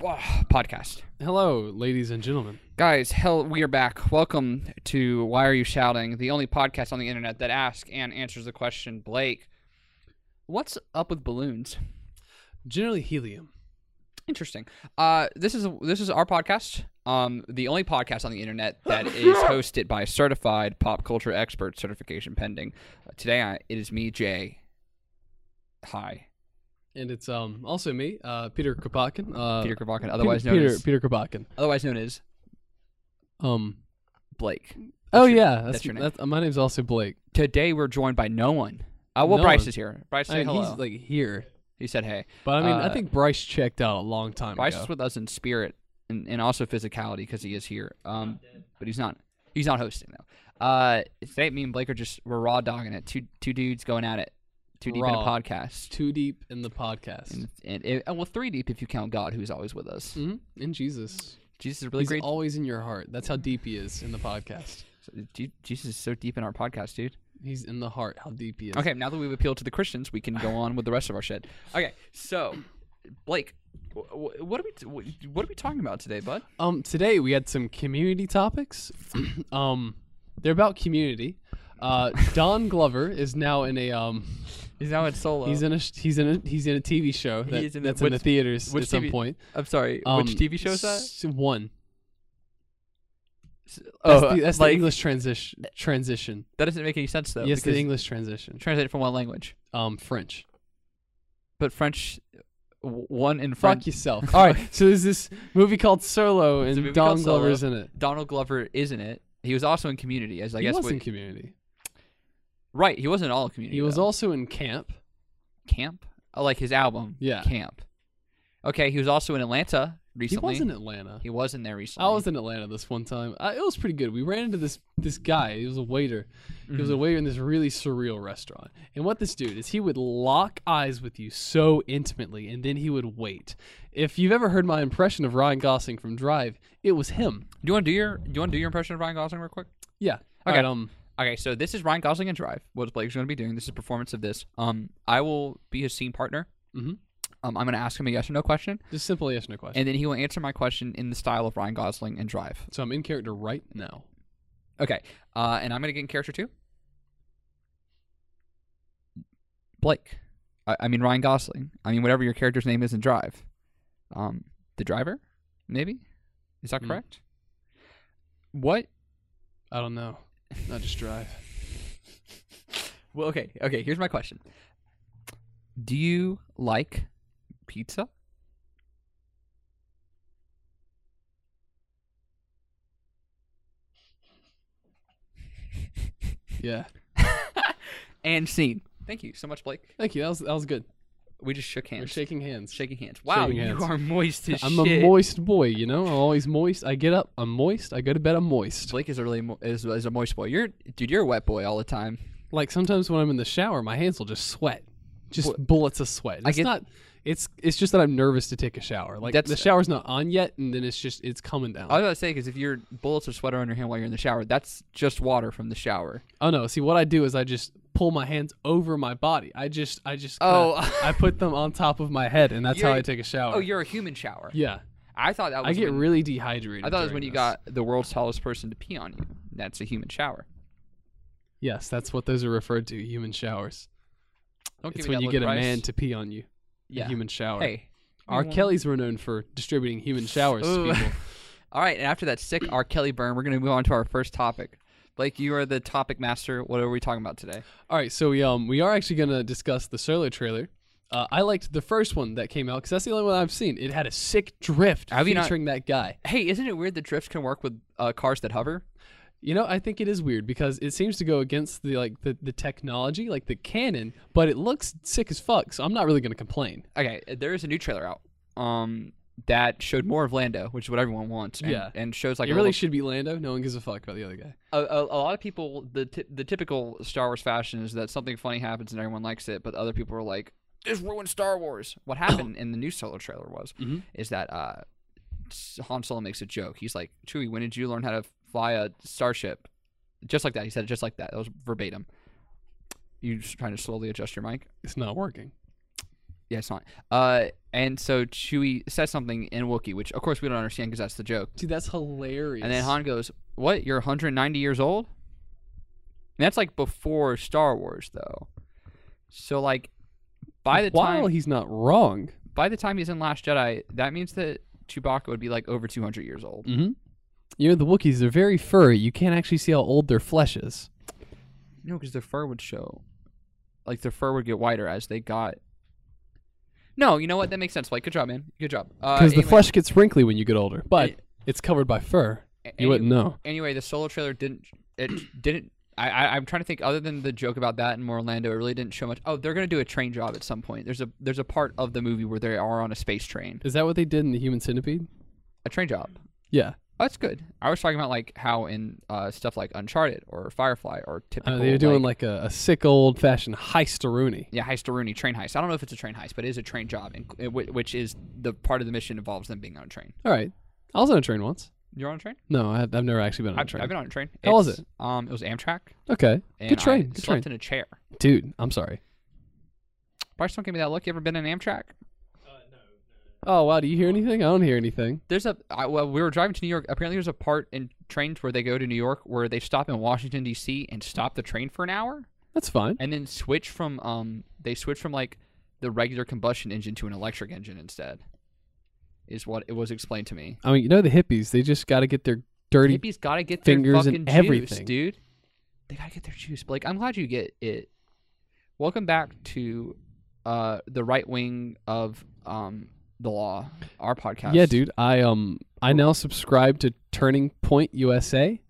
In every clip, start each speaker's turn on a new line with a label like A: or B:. A: Wah, podcast.
B: Hello, ladies and gentlemen.
A: Guys, hell, we are back. Welcome to Why Are You Shouting, the only podcast on the internet that asks and answers the question, Blake, what's up with balloons?
B: Generally, helium.
A: Interesting. Uh, this is this is our podcast, um, the only podcast on the internet that is hosted by a certified pop culture expert, certification pending. Uh, today, I, it is me, Jay. Hi,
B: And it's um also me, uh, Peter Kropotkin. Uh,
A: Peter Kravakin, otherwise
B: Peter,
A: known
B: Peter,
A: as
B: Peter Kropotkin.
A: otherwise known as
B: Um.
A: Blake.
B: oh
A: your-
B: yeah, that's,
A: that's your name.
B: that's- uh, my name's also Blake.
A: Today, we're joined by no one. Uh, well,
B: No
A: Bryce
B: one.
A: is here. Bryce,
B: I
A: say
B: mean,
A: hello.
B: he's like here,
A: he said, "Hey."
B: but I mean,
A: Uh,
B: I think Bryce checked out a long time
A: Bryce is
B: ago.
A: with us in spirit and, and also physicality because he is here. Um, but he's not. He's not hosting though. Uh, today me and Blake are just we're raw dogging it. Two two dudes going at it. Two deep in a
B: Raw.
A: podcast.
B: Too deep in the podcast.
A: And, and, and- well, three deep if you count God, who's always with us.
B: Mhm. In Jesus,
A: Jesus is really
B: he's
A: great.
B: always in your heart. That's how deep he is in the podcast.
A: Je- Jesus is so deep in our podcast, dude.
B: He's in the heart. How deep he is.
A: Okay, now that we've appealed to the Christians, we can go on with the rest of our shit. Okay, so Blake, wh- wh- what are we t- wh- what are we talking about today, bud?
B: Um, today we had some community topics. um, they're about community. Uh, Don Glover is now in a um,
A: He's now at solo.
B: he's in a sh- he's in a he's in a TV show that,
A: is in a-
B: that's in the
A: which-
B: theaters
A: which
B: at some
A: TV
B: point.
A: I'm sorry.
B: Um,
A: which TV show is that?
B: s- One.
A: Oh,
B: that's the, that's
A: like-
B: the English transition transition.
A: That doesn't make any sense though.
B: yes, the
A: because
B: English transition.
A: translate it from one language,
B: Um, French.
A: but French, w- one in
B: Fuck
A: French.
B: yourself. All right. So there's this movie called Solo,
A: It's a
B: and
A: movie
B: Don
A: called Solo.
B: Glover's in it.
A: Donald Glover is in it. He was also in Community, as I
B: he
A: guess.
B: was
A: what-
B: in Community.
A: right, he wasn't all Community.
B: He was
A: though.
B: also in Camp.
A: Camp, oh, like his album.
B: Yeah.
A: Camp. Okay, he was also in Atlanta recently.
B: He was in Atlanta.
A: He was in there recently.
B: I was in Atlanta this one time. I, it was pretty good. We ran into this this guy. He was a waiter. He
A: Mm-hmm.
B: was a waiter in this really surreal restaurant. And what this dude is, he would lock eyes with you so intimately, and then he would wait. If you've ever heard my impression of Ryan Gosling from Drive, it was him.
A: Do you want to do your Do you want to do your impression of Ryan Gosling real quick?
B: Yeah.
A: Okay.
B: Alright, um,
A: Okay, so this is Ryan Gosling and Drive. What Blake's going to be doing. This is a performance of this. Um, I will be his scene partner.
B: Mhm.
A: Um, I'm going to ask him a yes or no question,
B: just simple yes no question.
A: and then he will answer my question in the style of Ryan Gosling and Drive.
B: so I'm in character right now.
A: Okay. Uh, and I'm going to get in character too. Blake. I, I mean, Ryan Gosling. I mean, whatever your character's name is in Drive. Um, the driver, maybe? Is that
B: Mm.
A: correct? What?
B: I don't know. Not just Drive.
A: Well, okay. Okay. Here's my question Do you like pizza?
B: Yeah.
A: And scene. Thank you so much, Blake.
B: Thank you. That was that was good.
A: We just shook
B: We're
A: hands.
B: shaking hands.
A: shaking hands. Wow,
B: Shaking hands.
A: you are moist as
B: I'm
A: shit.
B: a moist boy, you know. I'm always moist. I get up. I'm moist. I go to bed. I'm moist.
A: Blake is a really mo- is, is a moist boy. You're dude. You're a wet boy all the time.
B: like sometimes when I'm in the shower, my hands will just sweat, just
A: Well,
B: bullets of sweat. And
A: I
B: It's
A: get-
B: not. It's it's just that I'm nervous to take a shower. Like
A: That's-
B: the shower's not on yet, and then it's just it's coming down.
A: I was about to say because if your bullets of sweater on your hand while you're in the shower, that's just water from the shower.
B: oh no! See what I do is I just pull my hands over my body. I just I just
A: Oh.
B: kinda- I put them on top of my head, and that's how
A: You're-
B: I take a shower.
A: Oh, you're a human shower.
B: yeah.
A: I thought that was.
B: I get
A: when,
B: really dehydrated.
A: I thought it was
B: during
A: when you
B: this.
A: got the world's tallest person to pee on you. That's a human shower.
B: Yes, that's what those are referred to. Human showers.
A: Don't
B: it's
A: give me
B: when
A: that
B: you
A: look,
B: get a
A: Bryce.
B: man to pee on you.
A: Yeah.
B: A human shower.
A: Hey.
B: R.
A: you
B: Kelly's were known for distributing human showers
A: Ooh.
B: to people.
A: All right, and after that sick R. Kelly burn, we're gonna move on to our first topic. Blake, you are the topic master. What are we talking about today?
B: All right, so we um we are actually gonna discuss the solo trailer. Uh, I liked the first one that came out because that's the only one I've seen. It had a sick drift
A: Have you not-
B: featuring that guy.
A: Hey, isn't it weird that drifts can work with uh, cars that hover?
B: You know, I think it is weird because it seems to go against the like the, the technology, like the canon, but it looks sick as fuck. So I'm not really gonna complain.
A: okay, there is a new trailer out um, that showed more of Lando, which is what everyone wants. And,
B: Yeah.
A: and shows like
B: it
A: a,
B: really
A: little-
B: should be Lando. No one gives a fuck about the other guy.
A: a, a, a lot of people. The ty- the typical Star Wars fashion is that something funny happens and everyone likes it, but other people are like, "This ruined Star Wars." What happened in the new solo trailer was
B: Mhm.
A: is that uh, s- Han Solo makes a joke. He's like, "Chewie, when did you learn how to fly a starship?" Just like that, he said it just like that. That was verbatim. You just trying to slowly adjust your mic?
B: It's not working.
A: Yeah, it's not. Uh, And so Chewie says something in Wookiee, which of course we don't understand because that's the joke.
B: Dude, that's hilarious.
A: And then Han goes, "What? You're 190 years old?" And that's like before Star Wars, though. So like, by the
B: While
A: time
B: he's not wrong.
A: by the time he's in Last Jedi, that means that Chewbacca would be like over 200 years old.
B: Mm-hmm. You know, the Wookiees, they're very furry. You can't actually see how old their flesh is.
A: No, because their fur would show. Like their fur would get whiter as they got. No, you know what? That makes sense. Like, good job, man. Good job. Uh,
B: Because
A: Because
B: the flesh gets wrinkly when you get older, but
A: Any-
B: it's covered by fur. You wouldn't know.
A: anyway, the solo trailer didn't it didn't. I, I I'm trying to think. Other than the joke about that and more Orlando, it really didn't show much. Oh, they're gonna do a train job at some point. There's a there's a part of the movie where they are on a space train,
B: Is that what they did in the Human Centipede?
A: a train job.
B: Yeah,
A: Oh, that's good. I was talking about like how in uh, stuff like Uncharted or Firefly or typical.
B: uh, they were doing like, a, a sick old fashioned heisteroonie.
A: yeah, heist or Rooney, train heist. I don't know if it's a train heist, but it is a train job, and, it- whi- which is the part of the mission involves them being on a train.
B: All right, I was on a train once.
A: You're on a train?
B: No, I, I've never actually been on a
A: I've,
B: train.
A: I've been on a train.
B: How was
A: It's, Um, it was Amtrak.
B: okay,
A: And
B: good
A: I
B: train, good train,
A: slept in a chair.
B: dude. I'm sorry.
A: Bryce, don't give me that look. You ever been in Amtrak?
B: Oh wow, do you hear anything? I don't hear anything.
A: There's a I, well, we were driving to New York. Apparently, there's a part in trains where they go to New York where they stop in Washington D.C. and stop the train for an hour,
B: That's fine.
A: and then switch from um they switch from like the regular combustion engine to an electric engine instead. Is what it was explained to me.
B: I mean, you know the hippies, they just got to get their dirty.
A: Hippies gotta get their
B: fingers and
A: fucking
B: everything.
A: juice, dude. They gotta get their juice. Blake, I'm glad you get it. Welcome back to uh the right wing of um the law, our podcast.
B: Yeah, dude. I um I now subscribe to Turning Point USA,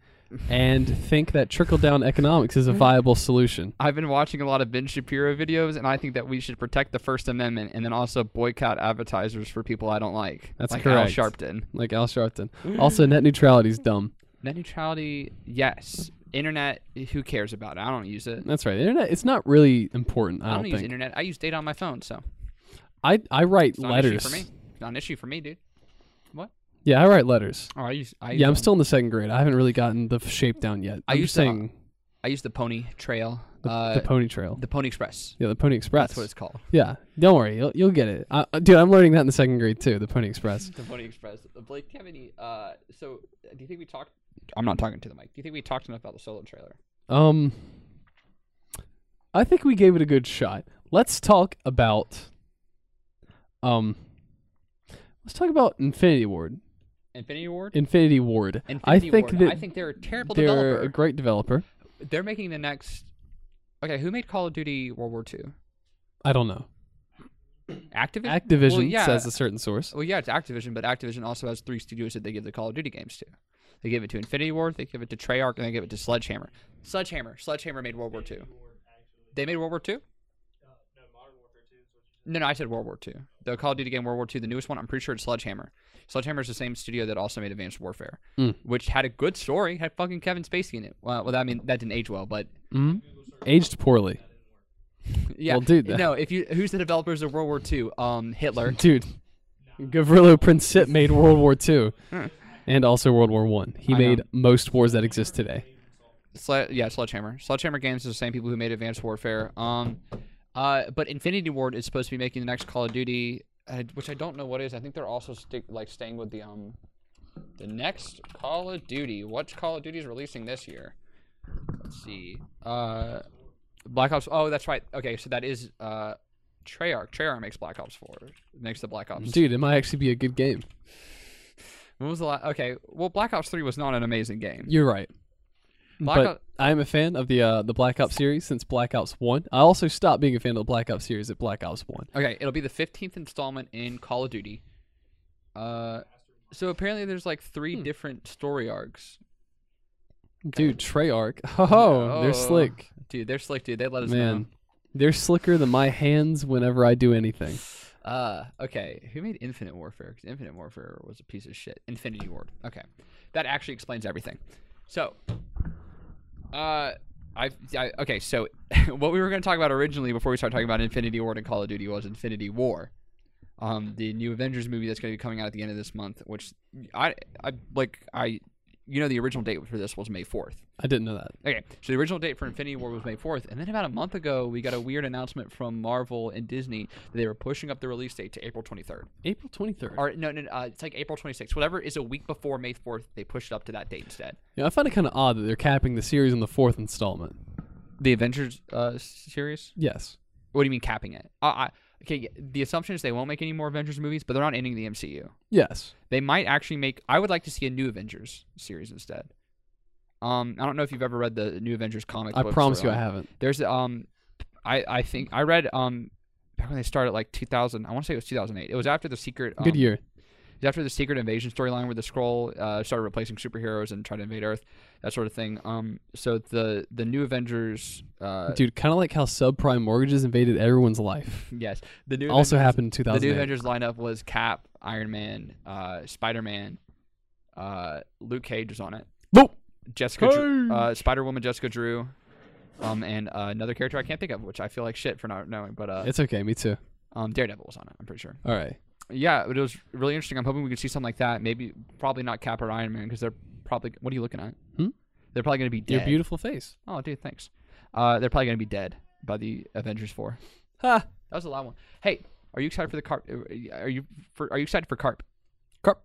B: and think that trickle down economics is a viable solution.
A: I've been watching a lot of Ben Shapiro videos, and I think that we should protect the First Amendment and then also boycott advertisers for people I don't like.
B: That's
A: like
B: correct.
A: Al Sharpton.
B: Like Al Sharpton. Also, net neutrality is dumb.
A: Net neutrality, yes. Internet, who cares about it? I don't use it.
B: That's right. The internet, it's not really important. I,
A: I don't,
B: don't
A: use
B: think.
A: internet. I use data on my phone, so
B: I I write
A: it's not an
B: letters.
A: issue for me. It's not an issue for me, dude.
B: Yeah, I write letters.
A: Oh, I use. I use
B: Yeah, I'm
A: um,
B: still in the second grade. I haven't really gotten the f- shape down yet.
A: I
B: I'm
A: used
B: just
A: to, uh,
B: saying
A: I use the Pony Trail.
B: the,
A: uh,
B: the Pony Trail.
A: the Pony Express.
B: yeah, the Pony Express.
A: That's what it's called.
B: yeah, don't worry, you'll, you'll get it, I, uh, dude. I'm learning that in the second grade too. The Pony Express.
A: The Pony Express. Uh, Blake, do you have any? Uh, so, uh, do you think we talked? I'm not talking to the mic. Do you think we talked enough about the solo trailer?
B: Um, I think we gave it a good shot. Let's talk about, um, let's talk about Infinity Ward.
A: Infinity Ward.
B: Infinity Ward.
A: Infinity
B: I think
A: Ward.
B: that
A: I think they're a terrible
B: they're
A: developer.
B: a great developer.
A: They're making the next. Okay, who made Call of Duty World War II?
B: I don't know.
A: Activision.
B: Activision
A: Well, yeah.
B: says a certain source.
A: well, yeah, it's Activision, but Activision also has three studios that they give the Call of Duty games to. They give it to Infinity Ward, they give it to Treyarch, and they give it to Sledgehammer. Sledgehammer. Sledgehammer made World War II. They made World War II. No, no, I said World War II. The Call of Duty game World War II, the newest one, I'm pretty sure it's Sledgehammer. Sledgehammer is the same studio that also made Advanced Warfare,
B: Mm.
A: which had a good story, had fucking Kevin Spacey in it. Well, well, I mean, that didn't age well, but
B: hmm Aged poorly,
A: yeah.
B: Well, dude, that-
A: no, if you who's the developers of World War II? Um, Hitler.
B: dude. Gavrilo Princip made World War II, and also World War One. He
A: I know.
B: made most wars that exist today.
A: Sle- yeah, Sledgehammer. Sledgehammer Games is the same people who made Advanced Warfare. Um, uh, but Infinity Ward is supposed to be making the next Call of Duty, uh, which I don't know what is. I think they're also stick like staying with the um, the next Call of Duty. What Call of Duty is releasing this year? Let's see. Uh, Black Ops. Oh, that's right. Okay, so that is uh, Treyarch. Treyarch makes Black Ops Four. Makes the Black Ops.
B: Dude, it might actually be a good game.
A: When was the last? Okay, well, Black Ops Three was not an amazing game.
B: You're right.
A: Black
B: but
A: Ops-
B: I am a fan of the uh, the Black Ops series since Black Ops One. I also stopped being a fan of the Black Ops series at Black Ops One.
A: Okay, it'll be the fifteenth installment in Call of Duty. Uh, so apparently there's like three different story arcs.
B: Dude, Treyarch, oh,
A: Oh.
B: they're slick,
A: Dude, they're slick, dude. They let us
B: man. They're slicker than my hands whenever I do anything.
A: know. Uh, okay, who made Infinite Warfare? 'Cause Infinite Warfare was a piece of shit. Infinity Ward. Okay, that actually explains everything. So, uh, I, I okay. So, what we were going to talk about originally before we started talking about Infinity Ward and Call of Duty was Infinity War. um, the new Avengers movie that's going to be coming out at the end of this month, which I, I like. I you know the original date for this was May 4th.
B: I didn't know that.
A: Okay, so the original date for Infinity War was May 4th, and then about a month ago, we got a weird announcement from Marvel and Disney that they were pushing up the release date to April 23rd.
B: April 23rd.
A: Or no, no, no, uh, it's like April 26th. Whatever is a week before May 4th, they pushed it up to that date instead.
B: Yeah, I find it kind of odd that they're capping the series on the fourth installment.
A: The Avengers uh, series.
B: Yes.
A: What do you mean capping it? Uh, I, okay, yeah, the assumption is they won't make any more Avengers movies, but they're not ending the MCU.
B: Yes.
A: They might actually make. I would like to see a new Avengers series instead. Um, I don't know if you've ever read the New Avengers comic.
B: I
A: books
B: promise
A: or,
B: you I
A: um,
B: haven't.
A: There's um, I I think I read um, back when they started like 2000. I want to say it was 2008. It was after the secret. Um,
B: Good year.
A: It's after the secret invasion storyline where the scroll uh, started replacing superheroes and tried to invade Earth, that sort of thing. Um, so the the new Avengers, uh,
B: Dude, kind of like how subprime mortgages invaded everyone's life.
A: yes, the new
B: also
A: Avengers,
B: happened in
A: the
B: 2008.
A: new Avengers lineup was Cap, Iron Man, uh, Spider Man, uh, Luke Cage was on it,
B: Boop!
A: Jessica, Drew, uh, Spider Woman, Jessica Drew, um, and uh, another character I can't think of, which I feel like shit for not knowing, but uh,
B: It's okay. Me too.
A: um, Daredevil was on it. I'm pretty sure.
B: All right.
A: Yeah, but it was really interesting. I'm hoping we can see something like that. Maybe probably not Cap or Iron Man because they're probably what are you looking at?
B: Hmm?
A: They're probably going to be dead.
B: Your beautiful face.
A: Oh, dude, thanks. Uh, they're probably going to be dead by the Avengers Four.
B: Ha!
A: That was a loud one. Hey, are you excited for the carp? Are you for, are you excited for carp?
B: Carp.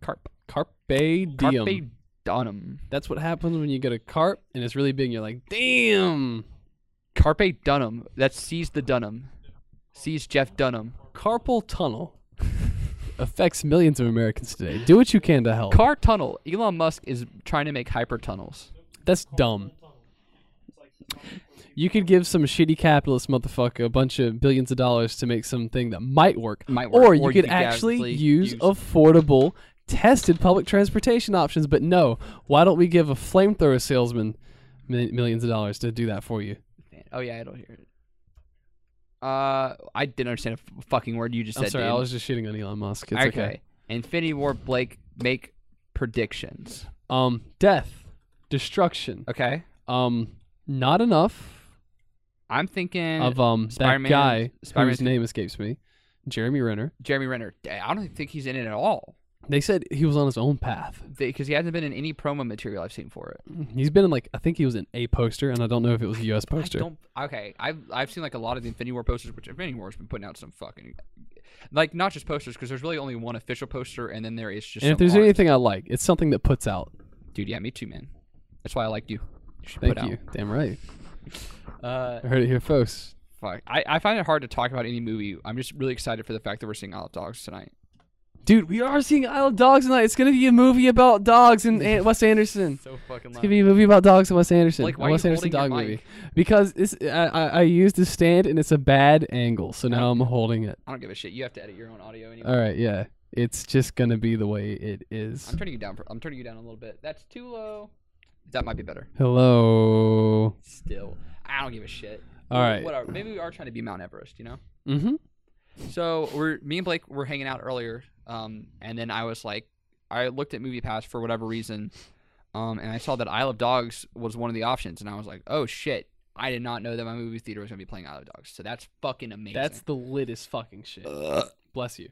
A: Carp.
B: Carpe diem.
A: Carpe Dunham.
B: That's what happens when you get a carp and it's really big and you're like, damn!
A: Carpe Dunham. That's seize the Dunham. Seize Jeff Dunham.
B: Carpal tunnel affects millions of Americans today. Do what you can to help.
A: Car tunnel. Elon Musk is trying to make hyper tunnels.
B: That's dumb. You could give some shitty capitalist motherfucker a bunch of billions of dollars to make something that might work.
A: Might work,
B: Or you
A: or
B: could
A: you could
B: actually
A: actually
B: use,
A: use-
B: affordable, tested public transportation options. But no, why don't we give a flamethrower salesman mi- millions of dollars to do that for you?
A: Oh yeah, I don't hear it. Uh, I didn't understand a f- fucking word you just
B: I'm
A: said.
B: sorry,
A: dude.
B: I was just shitting on Elon Musk. It's
A: okay.
B: okay.
A: Infinity War. Blake make predictions.
B: Um, death, destruction.
A: Okay.
B: Um, not enough
A: I'm thinking
B: of um
A: Spider-Man-
B: that guy
A: Spider-Man's-
B: whose name escapes me, Jeremy Renner.
A: Jeremy Renner. I don't think he's in it at all
B: They said he was on his own path.
A: because he hasn't been in any promo material I've seen for it.
B: He's been in like I think he was in a poster, and I don't know if it was a U.S.
A: I
B: poster.
A: don't. Okay, I've I've seen like a lot of the Infinity War posters, which Infinity War has been putting out some fucking, like not just posters because there's really only one official poster and then there is just.
B: And
A: some
B: if there's
A: art.
B: anything I like, it's something that puts out.
A: dude, yeah, me too, man. That's why I like you. You should
B: Thank
A: put
B: you. Damn right.
A: out. Uh,
B: I heard it here first.
A: fuck. I, I find it hard to talk about any movie. I'm just really excited for the fact that we're seeing Isle of Dogs tonight.
B: Dude, we are seeing Isle of Dogs tonight. It's gonna be a movie about dogs and An- Wes Anderson.
A: So fucking.
B: It's gonna be a movie about dogs and Wes Anderson.
A: Like,
B: A
A: why are
B: Wes
A: you
B: Anderson
A: holding
B: dog
A: your
B: movie.
A: mic?
B: Because it's I, I, I used the stand and it's a bad angle, so now I'm holding it.
A: I don't give a shit. You have to edit your own audio anyway.
B: All right, yeah. It's just gonna be the way it is.
A: I'm turning you down. For, I'm turning you down a little bit. That's too low. That might be better.
B: Hello.
A: Still, I don't give a shit.
B: All right.
A: Whatever. Maybe we are trying to be Mount Everest. You know.
B: Mm-hmm.
A: So we're me and Blake were hanging out earlier, um, and then I was like, I looked at Movie Pass for whatever reason, um, and I saw that Isle of Dogs was one of the options, and I was like, oh shit. I did not know that my movie theater was gonna be playing Isle of Dogs, so that's fucking amazing.
B: That's the littest fucking shit. Bless you.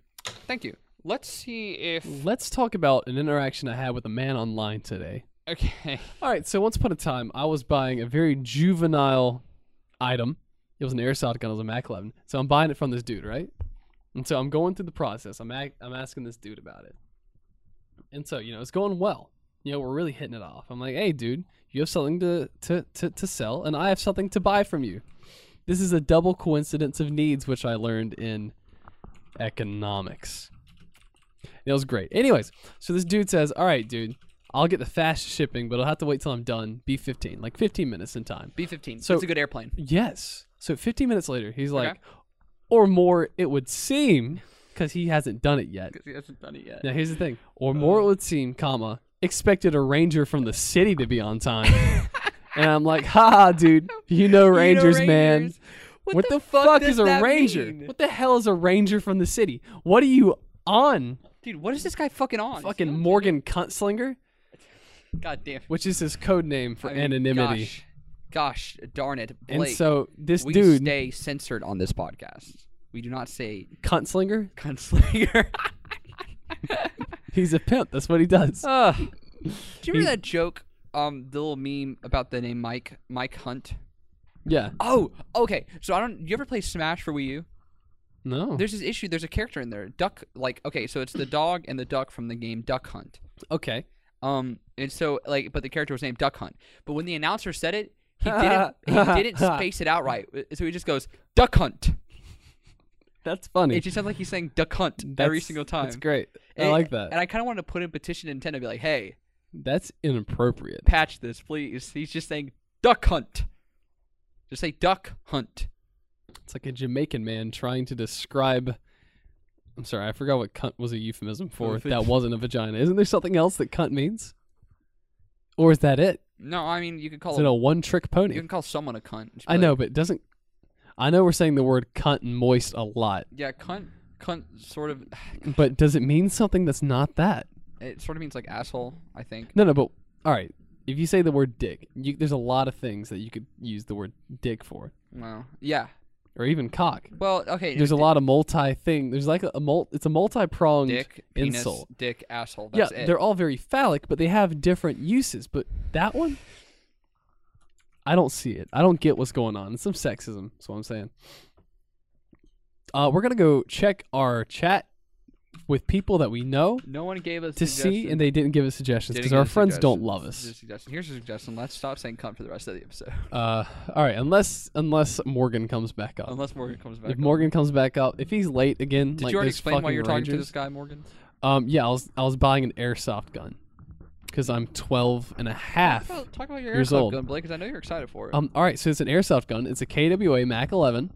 A: thank you. Let's see if
B: Let's talk about an interaction I had with a man online today.
A: okay.
B: All right, so once upon a time, I was buying a very juvenile item. It was an airsoft gun. It was a Mac 11. So I'm buying it from this dude, right? And so I'm going through the process. I'm ac- I'm asking this dude about it. And so you know, it's going well. You know, we're really hitting it off. I'm like, hey, dude, you have something to to to, to sell, and I have something to buy from you. This is a double coincidence of needs, which I learned in economics. It was great. Anyways, so this dude says, "All right, dude, I'll get the fast shipping, but I'll have to wait till I'm done. Be 15, like 15 minutes in time."
A: B fifteen. So
B: So-
A: it's a good airplane.
B: Yes. So 15 minutes later, he's like,
A: Okay.
B: or more, it would seem, because he hasn't done it yet.
A: He hasn't done it yet.
B: Now here's the thing, or more it
A: Uh.
B: would seem, comma expected a ranger from the city to be on time. and I'm like, ha, ha, dude, you know rangers, man. What, the, fuck, is
A: does
B: a
A: that
B: ranger?
A: mean?
B: What the hell is a ranger from the city? What are you on,
A: Dude, what is this guy fucking on?
B: fucking Morgan Cuntslinger?
A: God damn.
B: Which is his code name for
A: I mean,
B: anonymity.
A: Gosh, gosh darn it, Blake.
B: and so this
A: we
B: dude,
A: stay censored on this podcast. We do not say
B: Cuntslinger,
A: gunslinger.
B: he's a pimp. That's what he does.
A: Ugh. Do you remember that joke? Um, the little meme about the name Mike, Mike Hunt.
B: Yeah.
A: Oh, okay. So I don't. You ever play Smash for Wii U?
B: No.
A: There's this issue. There's a character in there, Duck. Like, okay, so it's the dog and the duck from the game Duck Hunt.
B: Okay.
A: Um, and so like, but the character was named Duck Hunt. But when the announcer said it, he didn't. he didn't space it out right. Uh, So he just goes Duck Hunt.
B: That's funny.
A: It just sounds like he's saying Duck Hunt every
B: That's-
A: single time.
B: That's great. I
A: And-
B: like that.
A: And I kind of want to put in petition to Nintendo, and be like, hey,
B: That's inappropriate.
A: patch this, please. He's just saying Duck Hunt. Just say Duck Hunt.
B: It's like a Jamaican man trying to describe. I'm sorry, I forgot what cunt was a euphemism for. if
A: Perfect.
B: That wasn't a vagina. Isn't there something else that cunt means? Or is that it?
A: No, I mean you can
B: Is
A: call
B: it
A: a,
B: a one trick
A: you
B: pony?
A: can call someone a cunt. Just be Oh.
B: I
A: like,
B: know, but it doesn't. I know we're saying the word cunt and moist a lot,
A: Yeah, cunt, cunt sort of.
B: but does it mean something that's not that?
A: It sort of means like asshole. I think.
B: No, no, but all right. If you say the word dick, you, there's a lot of things that you could use the word dick for,
A: No. Yeah.
B: or even cock.
A: Well, okay.
B: There's a lot of multi thing. There's like a, a mul- It's a multi pronged
A: Dick, penis,
B: insult.
A: dick, asshole.
B: Yeah,
A: That's it.
B: they're all very phallic, but they have different uses. But that one, I don't see it. I don't get what's going on. It's some sexism. That's what I'm saying. Uh, we're gonna go check our chat with people that we know
A: No one gave us
B: to see, and they didn't give us suggestions because
A: Didn't
B: our
A: give us
B: friends don't
A: suggestions.
B: love
A: Here's a
B: us.
A: suggestion. Here's a suggestion. Let's stop saying cunt for the rest of the episode.
B: Uh, all right, unless unless Morgan comes back up.
A: Unless Morgan comes back.
B: If Morgan comes back up, if he's late again,
A: Did
B: like
A: you already
B: those
A: explain why
B: fucking
A: you're talking to
B: Rangers-
A: this guy, Morgan?
B: Um, yeah, I was I was buying an airsoft gun because I'm 12 and a half.
A: Well, talk about your
B: years
A: airsoft
B: old.
A: gun, Blake, because I know you're excited for it.
B: Um, all right, so it's an airsoft gun. It's a KWA Mac 11.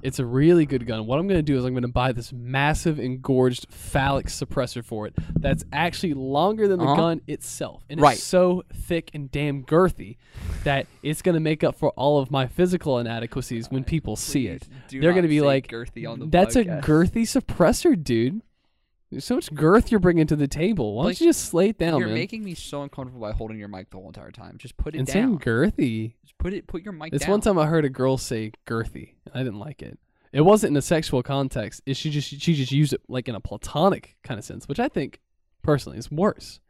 B: It's a really good gun. What I'm going to do is I'm going to buy this massive engorged phallic suppressor for it. That's actually longer than the
A: Uh-huh.
B: gun itself, and
A: Right.
B: it's so thick and damn girthy that it's going to make up for all of my physical inadequacies when people see it.
A: Please do
B: They're
A: not
B: going to be
A: say
B: like,
A: girthy on the
B: "That's
A: podcast."
B: a girthy suppressor, dude." There's so much girth you're bringing to the table. Why
A: Like,
B: don't you just slay it down,
A: You're
B: man?
A: making me so uncomfortable by holding your mic the whole entire time. Just put it
B: and
A: down.
B: saying girthy.
A: Just put it. Put your mic
B: It's
A: down.
B: one time I heard a girl say girthy, and I didn't like it. It wasn't in a sexual context. It, she just she just used it like in a platonic kind of sense, which I think personally is worse.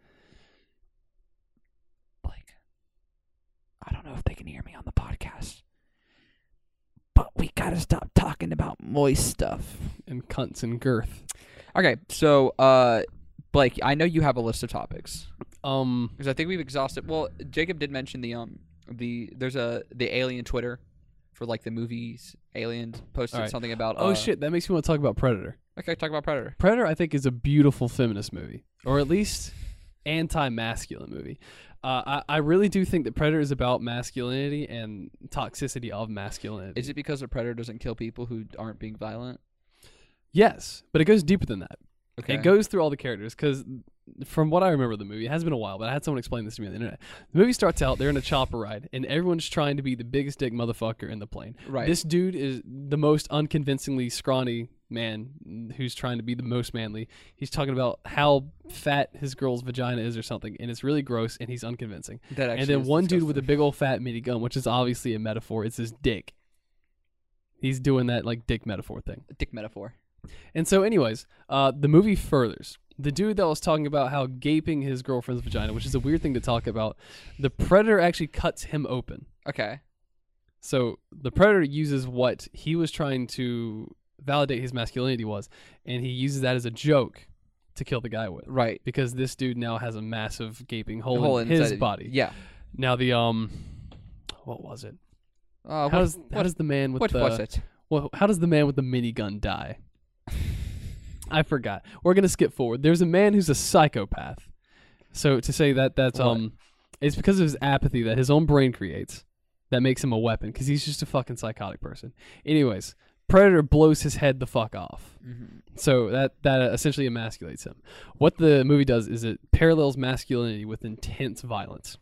A: Blake, I don't know if they can hear me on the podcast, but we gotta stop talking about moist stuff.
B: And cunts and girth.
A: Okay, so uh, Blake, I know you have a list of topics
B: Um,
A: because I think we've exhausted. Well, Jacob did mention the um the there's a the Alien Twitter for like the movies. Alien posted
B: All right.
A: something about.
B: oh
A: uh,
B: shit, that makes me want to talk about Predator.
A: Okay, talk about Predator.
B: Predator, I think, is a beautiful feminist movie, or at least anti-masculine movie. Uh, I, I really do think that Predator is about masculinity and toxicity of masculinity.
A: Is it because the Predator doesn't kill people who aren't being violent?
B: yes, but it goes deeper than that.
A: Okay.
B: It goes through all the characters because, from what I remember of the movie, it has been a while, but I had someone explain this to me on the internet. The movie starts out, they're in a chopper ride, and everyone's trying to be the biggest dick motherfucker in the plane.
A: Right.
B: This dude is the most unconvincingly scrawny man who's trying to be the most manly. He's talking about how fat his girl's vagina is or something, and it's really gross, and he's unconvincing.
A: that
B: and then one dude with a big old fat mini gun, which is obviously a metaphor, it's his dick. He's doing that like dick metaphor thing.
A: dick metaphor.
B: And so, anyways, uh, the movie furthers. The dude that was talking about how gaping his girlfriend's vagina, which is a weird thing to talk about, the predator actually cuts him open.
A: Okay.
B: So the predator uses what he was trying to validate his masculinity was, and he uses that as a joke to kill the guy with.
A: Right.
B: Because this dude now has a massive gaping hole,
A: Hole
B: in
A: inside
B: his
A: of-
B: body.
A: Yeah.
B: Now the um, what was it?
A: Uh,
B: how
A: what,
B: does how
A: what-
B: does the man with uh,
A: what
B: the
A: was it?
B: well, how does the man with the minigun die? I forgot. We're gonna skip forward. There's a man who's a psychopath. So to say that that's
A: What?
B: um, it's because of his apathy that his own brain creates that makes him a weapon because he's just a fucking psychotic person. Anyways, Predator blows his head the fuck off.
A: Mm-hmm.
B: So that that essentially emasculates him. What the movie does is it parallels masculinity with intense violence,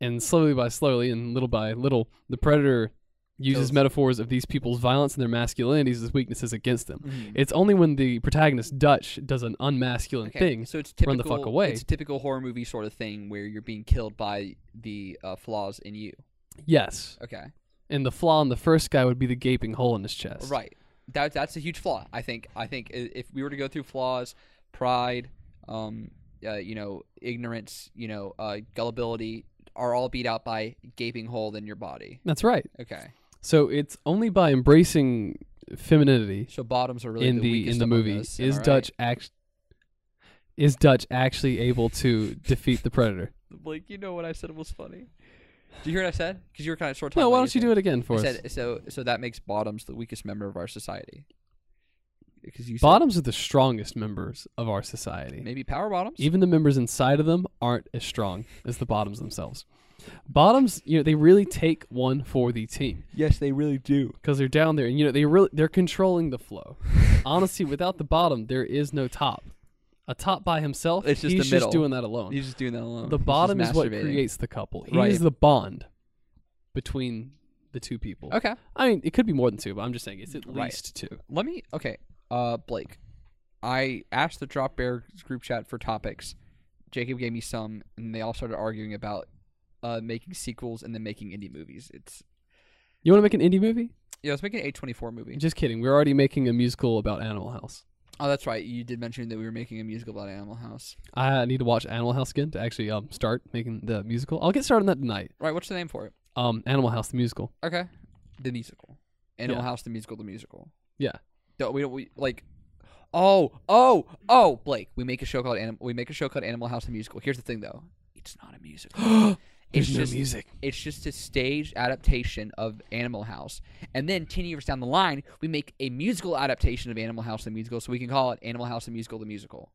B: and slowly by slowly and little by little, the predator uses
A: Kills.
B: metaphors of these people's violence and their masculinities as weaknesses against them.
A: Mm-hmm.
B: It's only when the protagonist Dutch does an unmasculine
A: Okay,
B: thing.
A: So it's typical.
B: run the fuck away.
A: It's a typical horror movie sort of thing where you're being killed by the uh, flaws in you.
B: Yes,
A: Okay.
B: and the flaw in the first guy would be the gaping hole in his chest.
A: Right. That that's a huge flaw. I think. I think i- if we were to go through flaws, pride, um, uh, you know, ignorance, you know, uh, gullibility are all beat out by gaping hole in your body.
B: That's right.
A: Okay.
B: So it's only by embracing femininity
A: So bottoms are really
B: in
A: the,
B: the,
A: weakest
B: in the
A: among
B: movie
A: us, am
B: is
A: I right?
B: Dutch act is Dutch actually able to defeat the predator?
A: Blake, you know what I said was funny. Do you hear what I said? Because you were kind of short.
B: No, why don't you do it again for
A: I
B: us?
A: said so. So that makes bottoms the weakest member of our society. Because you said
B: Bottoms are the strongest members of our society.
A: maybe power bottoms.
B: Even the members inside of them aren't as strong as the bottoms themselves. Bottoms, you know, they really take one for the team
A: yes, they really do.
B: because they're down there, and you know, they really they're controlling the flow. Honestly, without the bottom, there is no top. A top by himself,
A: It's just
B: he's
A: the
B: just
A: middle.
B: doing that alone.
A: He's just doing that alone.
B: the
A: He's just
B: bottom is what
A: masturbating.
B: creates the couple. He
A: Right.
B: is the bond between the two people.
A: Okay,
B: I mean, it could be more than two, but I'm just saying it's at
A: Right.
B: least two.
A: let me. Okay, uh, Blake, I asked the Drop Bear group chat for topics. Jacob gave me some, and they all started arguing about uh, making sequels and then making indie movies. It's
B: You want to make an indie movie?
A: yeah, let's make an A twenty four movie.
B: Just kidding. We're already making a musical about Animal House.
A: Oh, that's right. You did mention that we were making a musical about Animal House.
B: I need to watch Animal House again to actually um, start making the musical. I'll get started on that tonight.
A: Right. What's the name for it?
B: Um, Animal House the musical.
A: Okay. The musical. Animal
B: Yeah.
A: House, the musical, the musical.
B: Yeah.
A: Don't we don't we like Oh, oh, oh, Blake, we make a show called Animal we make a show called Animal House the Musical. Here's the thing though. It's not a musical. it's
B: There's no
A: just
B: music.
A: it's just a staged adaptation of Animal House. And then 10 years down the line, we make a musical adaptation of Animal House the Musical so we can call it Animal House the Musical the Musical.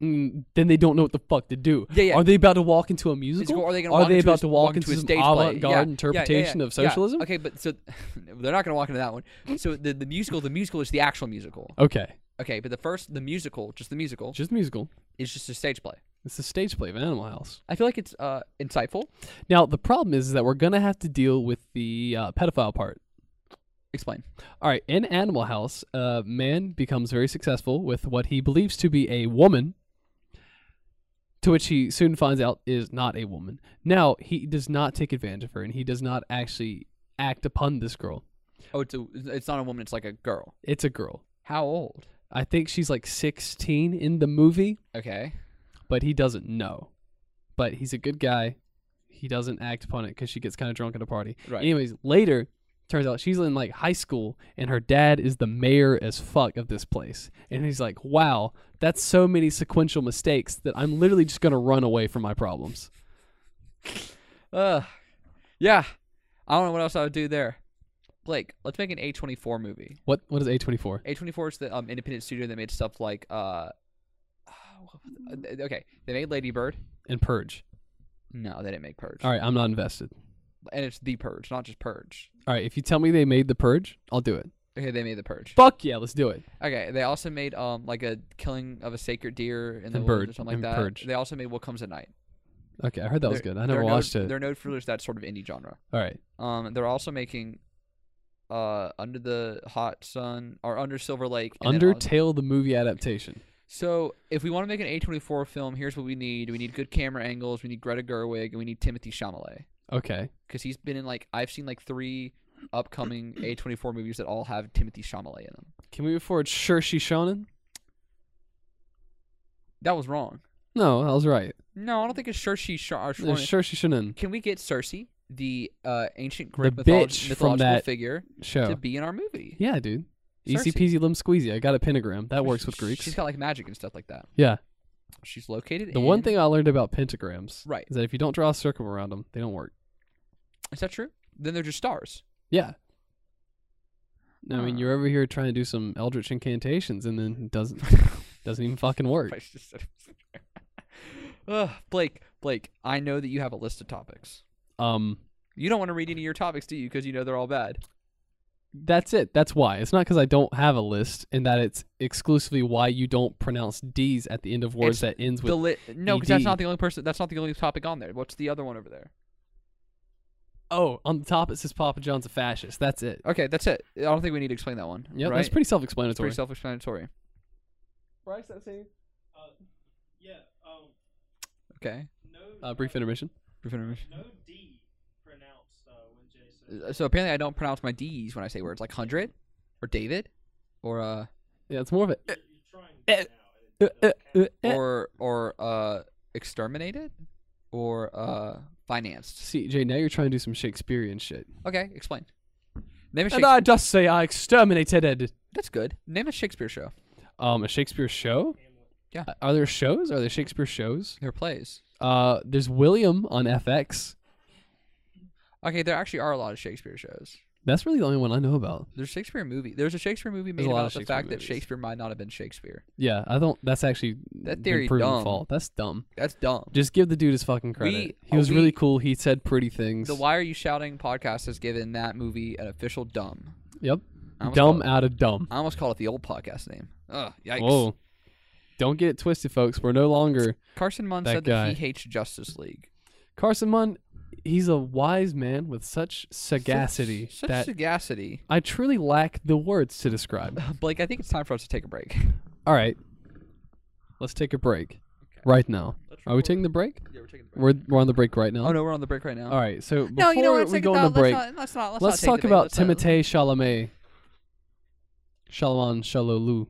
B: Mm, then they don't know what the fuck to do.
A: Yeah, yeah.
B: Are they about to walk into a musical?
A: Musical, Are they, gonna
B: Are
A: walk
B: they
A: into a
B: about
A: s-
B: to walk into
A: a
B: some
A: stage play?
B: avant-garde
A: Yeah, yeah, yeah,
B: interpretation
A: yeah,
B: of
A: yeah.
B: socialism?
A: Okay, but so they're not going to walk into that one. So the, the musical, the musical is the actual musical.
B: Okay,
A: Okay, but the first, the musical, just the musical,
B: just musical.
A: is just a stage play.
B: It's a stage play of Animal House.
A: I feel like it's uh, insightful.
B: Now the problem is, is that we're gonna have to deal with the uh, pedophile part.
A: Explain.
B: All right, in Animal House, a man becomes very successful with what he believes to be a woman, to which he soon finds out is not a woman. Now, he does not take advantage of her and he does not actually act upon this girl.
A: Oh, it's a, it's not a woman. It's like a girl.
B: It's a girl.
A: How old?
B: I think she's like 16 in the movie,
A: Okay.
B: but he doesn't know. But he's a good guy. He doesn't act upon it because she gets kind of drunk at a party.
A: Right.
B: Anyways, later, turns out she's in like high school and her dad is the mayor as fuck of this place. And he's like, wow, that's so many sequential mistakes that I'm literally just going to run away from my problems.
A: Ugh. Yeah. I don't know what else I would do there. Blake, let's make an A24 movie.
B: What What is A24?
A: A24 is the um, independent studio that made stuff like uh, okay, they made Lady Bird.
B: And Purge.
A: No, they didn't make Purge.
B: All right, I'm not invested.
A: And it's the Purge, not just Purge.
B: All right, if you tell me they made The Purge, I'll do it.
A: Okay, they made the Purge.
B: Fuck yeah, let's do it.
A: Okay, they also made um like a killing of a sacred deer in the
B: And
A: woods or
B: Bird,
A: something like
B: and
A: that.
B: Purge.
A: They also made What Comes at Night.
B: Okay, I heard that was
A: They're-
B: good. I
A: they're
B: never
A: known-
B: watched it.
A: They're known for that sort of indie genre.
B: All right.
A: Um, they're also making uh Under the Hot Sun or Under Silver Lake. and then also-
B: Undertale, the movie adaptation.
A: So if we want to make an A24 film, here's what we need: we need good camera angles, we need Greta Gerwig, and we need Timothy Chalamet.
B: Okay.
A: because he's been in like I've seen like three upcoming A24 movies that all have Timothy Chalamet in them.
B: Can we move forward? Sure, she shonen?
A: That was wrong.
B: No, I was right.
A: No, I don't think it's Cersei. Char- uh,
B: There's Sure, she shonen
A: Can we get Cersei, the uh, ancient Greek
B: The
A: mytholo-
B: bitch
A: mythological
B: from that
A: figure, to
B: show.
A: be in our movie?
B: Yeah, dude. Easy
A: Cersei.
B: peasy limb squeezy. I got a pentagram. That works with
A: She-
B: Greeks.
A: She's got like magic and stuff like that.
B: yeah.
A: She's located.
B: The one
A: in-
B: thing I learned about pentagrams
A: Right.
B: is that if you don't draw a circle around them, they don't work.
A: is that true? Then they're just stars.
B: Yeah. I mean,
A: Huh.
B: you're over here trying to do some eldritch incantations, and then it doesn't doesn't even fucking
A: I
B: work.
A: just said it. Ugh, Blake, Blake, I know that you have a list of topics.
B: Um,
A: You don't want to read any of your topics, do you? Because you know they're all bad.
B: that's it. That's why. It's not because I don't have a list, and that it's exclusively why you don't pronounce D's at the end of words that ends with E
A: the li- no, because that's
B: ED.
A: not the only person. That's not the only topic on there. What's the other one over there?
B: Oh, on the top it says Papa John's a fascist. That's it.
A: Okay, that's it. I don't think we need to explain that one.
B: Yeah,
A: right?
B: that's pretty self-explanatory.
A: It's pretty self-explanatory.
B: Bryce, that's you.
C: Yeah, um,
A: Okay.
C: no,
B: Uh, brief intermission.
A: Brief intermission.
C: no D pronounced uh, when Jay says.
A: Uh, So apparently, I don't pronounce my D's when I say words like hundred, or David, or uh,
B: Yeah, it's more of a
C: You're trying to now, and it
B: uh, uh,
C: doesn't count.
B: uh, uh,
A: or or exterminated or uh, financed?
B: See, Jay, now you're trying to do some Shakespearean shit.
A: Okay, explain. Name a
B: And uh,
A: Shakespeare.
B: I does say I exterminated it.
A: That's good. Name a Shakespeare show.
B: Um, a Shakespeare show?
A: Yeah.
B: Uh, Are there shows? Are there Shakespeare shows?
A: Their plays.
B: Uh, there's William on FX.
A: Okay, there actually are a lot of Shakespeare shows.
B: That's really the only one I know about.
A: There's a Shakespeare movie. There's a Shakespeare movie
B: There's
A: made
B: a lot
A: about
B: of
A: the
B: Shakespeare
A: fact that
B: movies.
A: Shakespeare might not have been Shakespeare.
B: Yeah, I don't. That's actually
A: That
B: been
A: theory
B: proven
A: dumb.
B: fault. That's dumb.
A: That's dumb.
B: Just give the dude his fucking credit. he
A: uh,
B: was really
A: we-
B: cool. He said pretty things.
A: The Why Are You Shouting podcast has given that movie an official dumb.
B: yep.
A: I almost
B: Dumb
A: called-
B: out of dumb.
A: I almost called it the old podcast name. Ugh, yikes.
B: Whoa. Don't get it twisted, folks. We're no longer
A: Carson Munn
B: That
A: said that he
B: guy.
A: hates Justice League.
B: Carson Munn. He's a wise man with such sagacity
A: Such, such
B: that
A: sagacity.
B: I truly lack the words to describe.
A: Blake, I think it's time for us to take a break.
B: All right, let's take a break right now. Are we taking the break?
A: we're taking the
B: We're we're on the break right now.
A: Oh no, we're on the break right now.
B: All right, so before
A: no, you know what?
B: we
A: take
B: go
A: it
B: on the
A: out. Let's
B: break,
A: not- let's not- let's
B: let's
A: not take
B: talk
A: the bait.
B: about
A: Let's uh, not-
B: Timothée Chalamet. Shalaman Shalolu.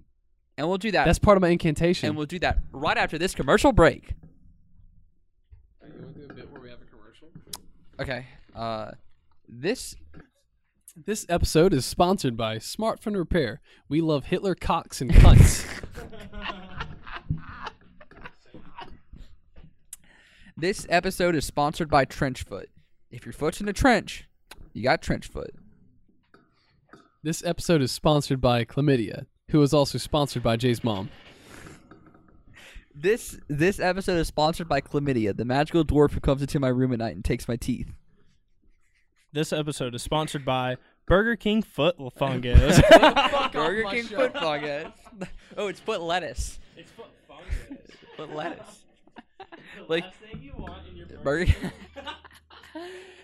A: And we'll do that.
B: That's part of my incantation.
A: and we'll do that right after this commercial break. Okay. Uh, this
B: This episode is sponsored by Smartphone Repair. We love Hitler cocks and cunts.
A: this episode is sponsored by Trench Foot. If your foot's in a trench, you got trench foot.
B: this episode is sponsored by Chlamydia, who is also sponsored by Jay's mom.
A: This this episode is sponsored by Chlamydia, the magical dwarf who comes into my room at night and takes my teeth.
D: This episode is sponsored by Burger King Foot Fungos.
A: Burger King foot fungus. Oh, it's foot lettuce.
C: It's foot fungus.
A: Foot lettuce.
C: The
A: Like-
C: last thing you want in your burger.
A: Burger.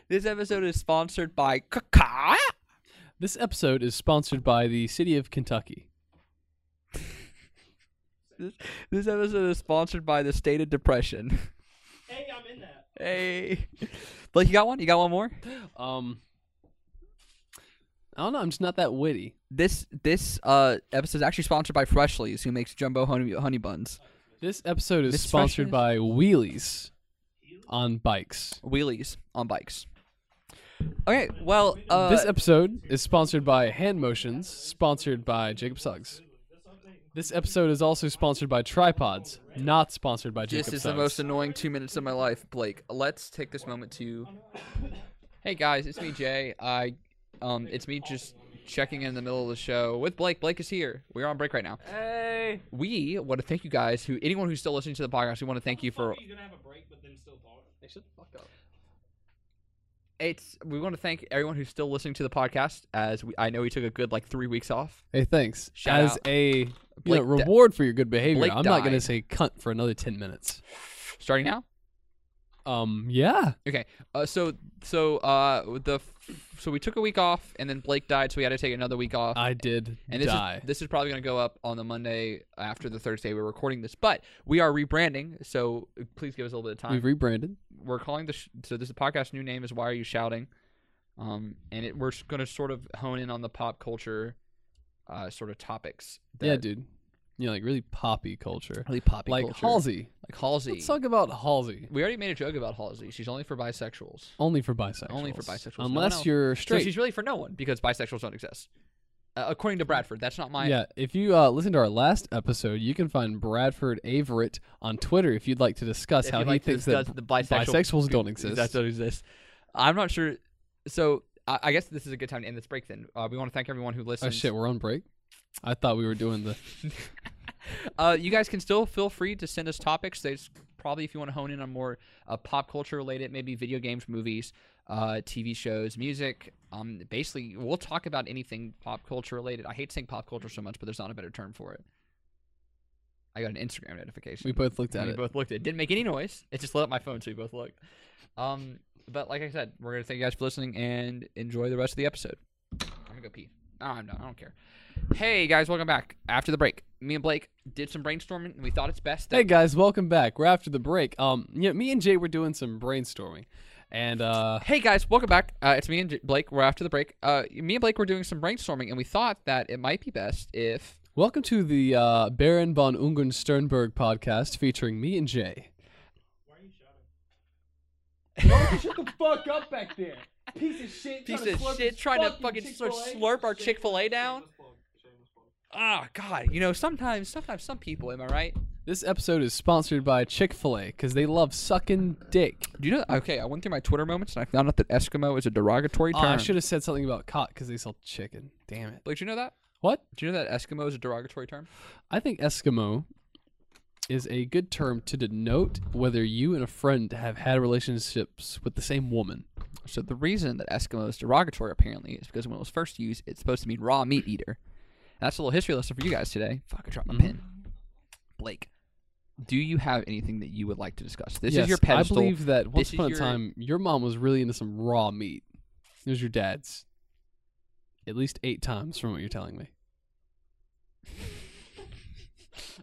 A: this episode is sponsored by Kaka.
B: This episode is sponsored by the city of Kentucky.
A: This, this episode is sponsored by the state of depression.
C: Hey, I'm in that.
A: Hey, Blake, you got one? You got one more?
B: Um, I don't know. I'm just not that witty.
A: This this uh episode is actually sponsored by Freshly's, who makes jumbo honey honey buns,
B: This episode is
A: Miss
B: sponsored
A: Freshness?
B: by Wheelies on bikes.
A: wheelies on bikes. Okay, well, uh,
B: this episode is sponsored by Hand Motions, sponsored by Jacob Suggs. This episode is also sponsored by Tripods, not sponsored by Jacob
A: This is the
B: Suggs.
A: most annoying two minutes of my life, Blake. Let's take this moment to. Hey guys, it's me Jay. I, um, it's me just checking in the middle of the show with Blake. Blake is here. We're on break right now.
B: hey.
A: We want to thank you guys who anyone who's still listening to the podcast. We want to thank you for
C: Are you gonna have a break but then still talk?
A: it's. We want to thank everyone who's still listening to the podcast. As we, I know we took a good like three weeks off.
B: thanks.
A: Shout
B: As
A: out.
B: a you know,
A: Blake di-
B: reward for your good behavior,
A: Blake
B: I'm not going to
A: died.
B: say cunt for another 10 minutes.
A: Starting now.
B: Um, yeah.
A: Okay. Uh, so so uh the f- so we took a week off and then Blake died, so we had to take another week off.
B: I did
A: and this
B: die.
A: is this is probably going to go up on the Monday after the Thursday we're recording this, but we are rebranding, so uh, please give us a little bit of time.
B: We've rebranded.
A: we're calling the sh- so this podcast new name is Why Are You Shouting, um, and it, we're going to sort of hone in on the pop culture, uh, sort of topics. That
B: yeah, dude. You know, like really poppy culture.
A: really poppy
B: like
A: culture.
B: Halsey.
A: like Halsey.
B: Let's talk about Halsey.
A: we already made a joke about Halsey. She's only for bisexuals.
B: Only for bisexuals.
A: Only for bisexuals. No one
B: Unless
A: else.
B: you're
A: So
B: straight.
A: she's really for no one because bisexuals don't exist, uh, according to Bradford. That's not my.
B: Mm. yeah, if you uh, listen to our last episode, you can find Bradford Averett on Twitter if you'd like to discuss
A: If
B: how
A: you'd
B: he
A: like to
B: thinks
A: discuss
B: that
A: the
B: b-
A: bisexual
B: bisexuals don't exist.
A: That don't exist. I'm not sure. So I, I guess this is a good time to end this break. Then uh, we want to thank everyone who
B: oh
A: listens.
B: shit, we're on break. I thought we were doing the.
A: Uh, you guys can still feel free to send us topics. There's probably if you want to hone in on more uh, pop culture related, maybe video games, movies, uh, TV shows, music. Um, basically, we'll talk about anything pop culture related. I hate saying pop culture so much, but there's not a better term for it. I got an Instagram notification.
B: We both looked at
A: we
B: it.
A: both looked at it. Didn't make any noise. It just lit up my phone, so we both looked. Um, but like I said, we're gonna thank you guys for listening and enjoy the rest of the episode. I'm gonna go pee. No, I'm done. I don't care. Hey guys, welcome back. After the break, me and Blake did some brainstorming, and we thought it's best. That
B: Hey guys, welcome back. We're after the break. Um, yeah, me and Jay were doing some brainstorming, and uh,
A: Hey guys, welcome back. Uh, it's me and J- Blake. We're after the break. Uh, me and Blake were doing some brainstorming, and we thought that it might be best if
B: welcome to the uh, Baron von Ungen Sternberg podcast featuring me and Jay. Don't shut the fuck up back there. Piece of shit.
A: Piece
B: trying
A: of
B: to slurp
A: shit
B: his
A: trying to fucking slurp,
B: Chick-fil-A.
A: slurp our Chick Fil A down. Ah, God. You know, sometimes, sometimes some people. Am I right?
B: This episode is sponsored by Chick Fil A because they love sucking dick.
A: Do you know? Okay, I went through my Twitter moments and I found out that Eskimo is a derogatory
B: Ah,
A: term.
B: I should have said something about cock because they sell chicken. Damn it.
A: Blake, do you know that?
B: What?
A: Do you know that Eskimo is a derogatory term?
B: I think Eskimo is a good term to denote whether you and a friend have had relationships with the same woman.
A: So the reason that Eskimo is derogatory apparently is because when it was first used, it's supposed to mean raw meat eater. That's a little history lesson for you guys today. Fuck, I dropped my
B: Mm-hmm.
A: pen. Blake, do you have anything that you would like to discuss? This
B: Yes,
A: is your pedestal.
B: I believe that once
A: This is
B: upon
A: your-
B: a time, your mom was really into some raw meat. It was your dad's. At least eight times from what you're telling me.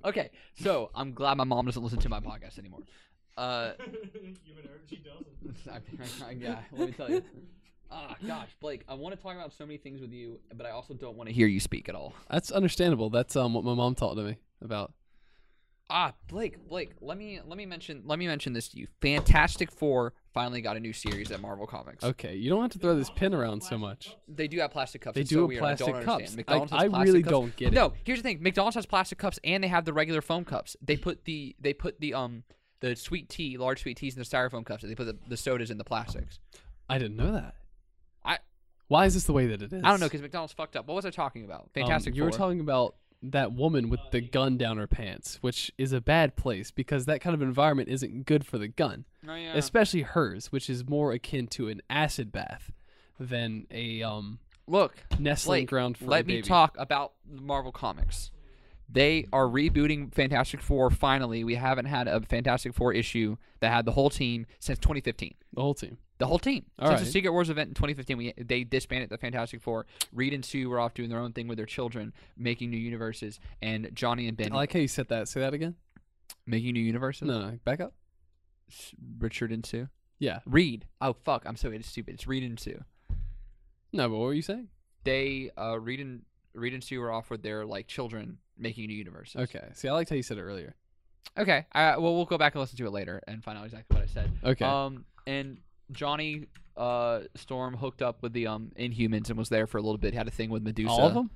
A: Okay, so I'm glad my mom doesn't listen to my podcast anymore. Uh,
C: You've been hurt. She doesn't.
A: I- I- yeah, let me tell you. Ah, gosh, Blake, I want to talk about so many things with you, but I also don't want to hear you speak at all.
B: That's understandable. That's um what my mom taught to me about.
A: Ah, Blake, Blake, let me let me mention let me mention this to you. Fantastic Four finally got a new series at Marvel Comics.
B: Okay, you don't have to throw this pin around so much.
A: They do have plastic cups.
B: They
A: It's
B: do
A: so
B: have
A: weird.
B: plastic
A: I don't understand.
B: cups. I-
A: McDonald's has
B: I
A: plastic
B: really
A: cups.
B: don't get it.
A: No, here's the thing. McDonald's has plastic cups and they have the regular foam cups. They put the they put the um the sweet tea, large sweet teas in the styrofoam cups, and they put the, the sodas in the plastics.
B: I didn't know that.
A: I-
B: why is this the way that it is?
A: I don't know because McDonald's fucked up. What was I talking about?
B: Um,
A: Fantastic.
B: you were
A: Four.
B: talking about that woman with the gun down her pants, which is a bad place because that kind of environment isn't good for the gun,
A: Oh, yeah.
B: especially hers, which is more akin to an acid bath than a um
A: Look,
B: nestling
A: Blake,
B: ground for a
A: let me
B: baby.
A: talk about Marvel Comics. They are rebooting Fantastic Four finally. We haven't had a Fantastic Four issue that had the whole team since 2015.
B: the whole team.
A: The whole team.
B: All
A: Since the
B: right.
A: Secret Wars event in 2015, we, they disbanded the Fantastic Four. Reed and Sue were off doing their own thing with their children, making new universes, and Johnny and Ben
B: I like how you said that. Say that again.
A: making new universes.
B: No, no, back up.
A: S- Richard and Sue.
B: Yeah.
A: Reed. Oh fuck! I'm so it's stupid. It's Reed and Sue.
B: No, but what were you saying?
A: They uh, Reed and Reed and Sue were off with their like children making new universes.
B: Okay. See, I liked how you said it earlier.
A: Okay. Uh, well, we'll go back and listen to it later and find out exactly what I said.
B: Okay.
A: Um, and Johnny uh, Storm hooked up with the um Inhumans and was there for a little bit. Had a thing with Medusa.
B: All of them?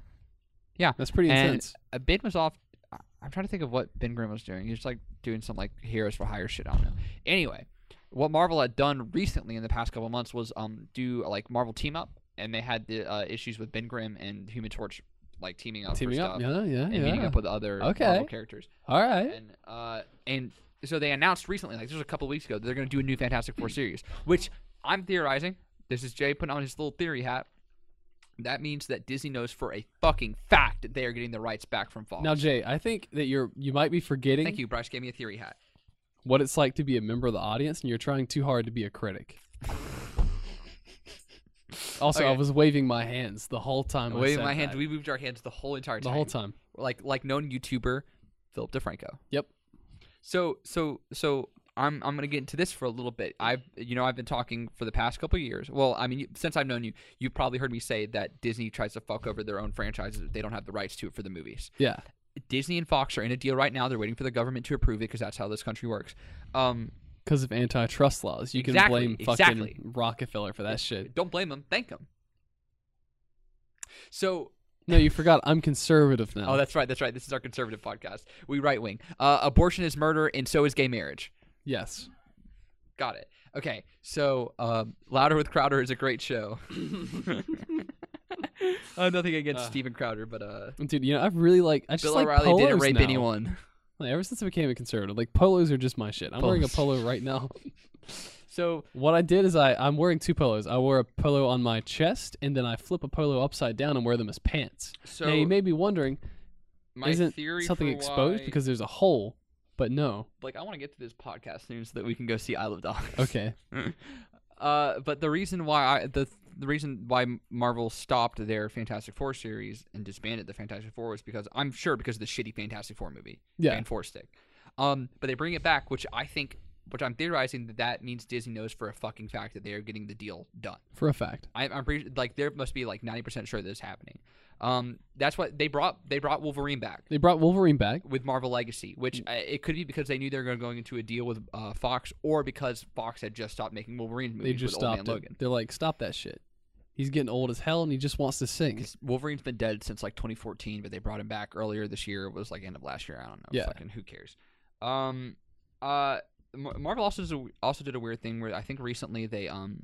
A: Yeah.
B: That's pretty
A: And-
B: intense.
A: Uh, Ben was off. I- I'm trying to think of what Ben Grimm was doing. He was like doing some like heroes for hire shit. I don't know. Anyway, what Marvel had done recently in the past couple months was um do like Marvel team up, and they had the uh, issues with Ben Grimm and Human Torch like teaming up
B: Teaming
A: for
B: up.
A: stuff
B: Yeah, yeah,
A: uh, and
B: yeah.
A: meeting up with other
B: Okay.
A: Marvel characters
B: All right.
A: and uh, and so they announced recently, like this was a couple weeks ago, that they're going to do a new Fantastic Four series. Which I'm theorizing. This is Jay putting on his little theory hat. That means that Disney knows for a fucking fact that they are getting the rights back from Fox.
B: Now, Jay, I think that you're you might be forgetting
A: Thank you, Bryce. Gave me a theory hat.
B: what it's like to be a member of the audience, and you're trying too hard to be a critic. Also, I
A: Okay.
B: was waving my hands the whole time. I
A: Waving
B: said
A: my hands,
B: that.
A: we moved our hands the whole entire
B: the
A: time.
B: whole time.
A: Like like known YouTuber Philip DeFranco.
B: Yep.
A: So so so I'm I'm gonna get into this for a little bit. I've you know I've been talking for the past couple of years. Well, I mean you- since I've known you, you've probably heard me say that Disney tries to fuck over their own franchises if they don't have the rights to it for the movies.
B: Yeah.
A: Disney and Fox are in a deal right now. They're waiting for the government to approve it because that's how this country works. Um,
B: Because of antitrust laws, you can
A: Exactly,
B: blame fucking
A: exactly.
B: Rockefeller for that shit.
A: don't blame them, thank them. So
B: No, you forgot. I'm conservative now.
A: oh, that's right, that's right. This is our conservative podcast. We right wing. Uh, abortion is murder, and so is gay marriage.
B: yes.
A: Got it. Okay, so um, Louder with Crowder is a great show. uh, nothing against
B: Uh.
A: Steven Crowder, but uh,
B: Dude, you know, I've really like. I just
A: Bill
B: like
A: O'Reilly didn't
B: polos
A: rape
B: now.
A: anyone.
B: Like, ever since I became a conservative, like polos are just my shit. I'm wearing a polo right now.
A: So
B: What I did is I I'm wearing two polos. I wore a polo on my chest, and then I flip a polo upside down and wear them as pants. now
A: So-
B: you may be wondering,
A: my
B: isn't
A: theory
B: something
A: for
B: exposed
A: why-
B: because there's a hole? But no.
A: like I want to get to this podcast soon so that we can go see I Love Dogs.
B: Okay.
A: uh, but the reason why I, the the reason why Marvel stopped their Fantastic Four series and disbanded the Fantastic Four was because I'm sure because of the shitty Fantastic Four movie
B: Yeah.
A: and Four Stick. Um, but they bring it back, which I think, which I'm theorizing that that means Disney knows for a fucking fact that they are getting the deal done.
B: For a fact.
A: I, I'm pretty like there must be like 90% sure that it's happening. Um, that's what they brought. They brought Wolverine back
B: They brought Wolverine back.
A: with Marvel Legacy, which
B: Mm.
A: uh, it could be because they knew they were going to go into a deal with uh, Fox, or because Fox had just stopped making Wolverine movies.
B: They just
A: with Old Man
B: stopped it.
A: Logan.
B: They're like, stop that shit. He's getting old as hell, and he just wants to sing.
A: Because Wolverine's been dead since like 2014, but they brought him back earlier this year. It was like end of last year. I don't know.
B: Yeah.
A: Fucking who cares? Um, uh, Mar- Marvel also does a, also did a weird thing where I think recently they um,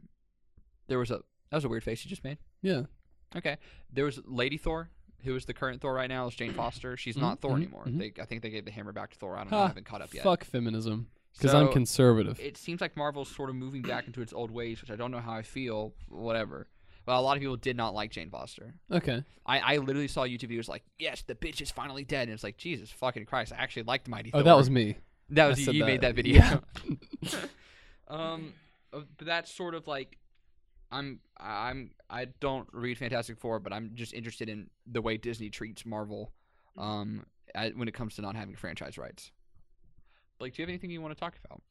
A: there was a that was a weird face you just made.
B: Yeah,
A: Okay, there was Lady Thor, who is the current Thor right now. Is Jane Foster? She's
B: Mhm,
A: not Thor
B: mhm,
A: anymore.
B: mhm.
A: They I think they gave the hammer back to Thor. I don't know.
B: Ha,
A: I haven't caught up yet.
B: fuck feminism, because I'm
A: So-
B: conservative.
A: it seems like Marvel's sort of moving back into its old ways, which I don't know how I feel. Whatever. Well, a lot of people did not like Jane Foster.
B: okay,
A: I, I literally saw YouTube videos like, "Yes, the bitch is finally dead," and it's like, Jesus fucking Christ! I actually liked Mighty.
B: oh,
A: Thor.
B: that was me.
A: that
B: I
A: was you.
B: said
A: you made that
B: that.
A: video. um, uh, but that's sort of like, I'm I'm I don't read Fantastic Four, but I'm just interested in the way Disney treats Marvel, um, at, when it comes to not having franchise rights. Like, do you have anything you want to talk about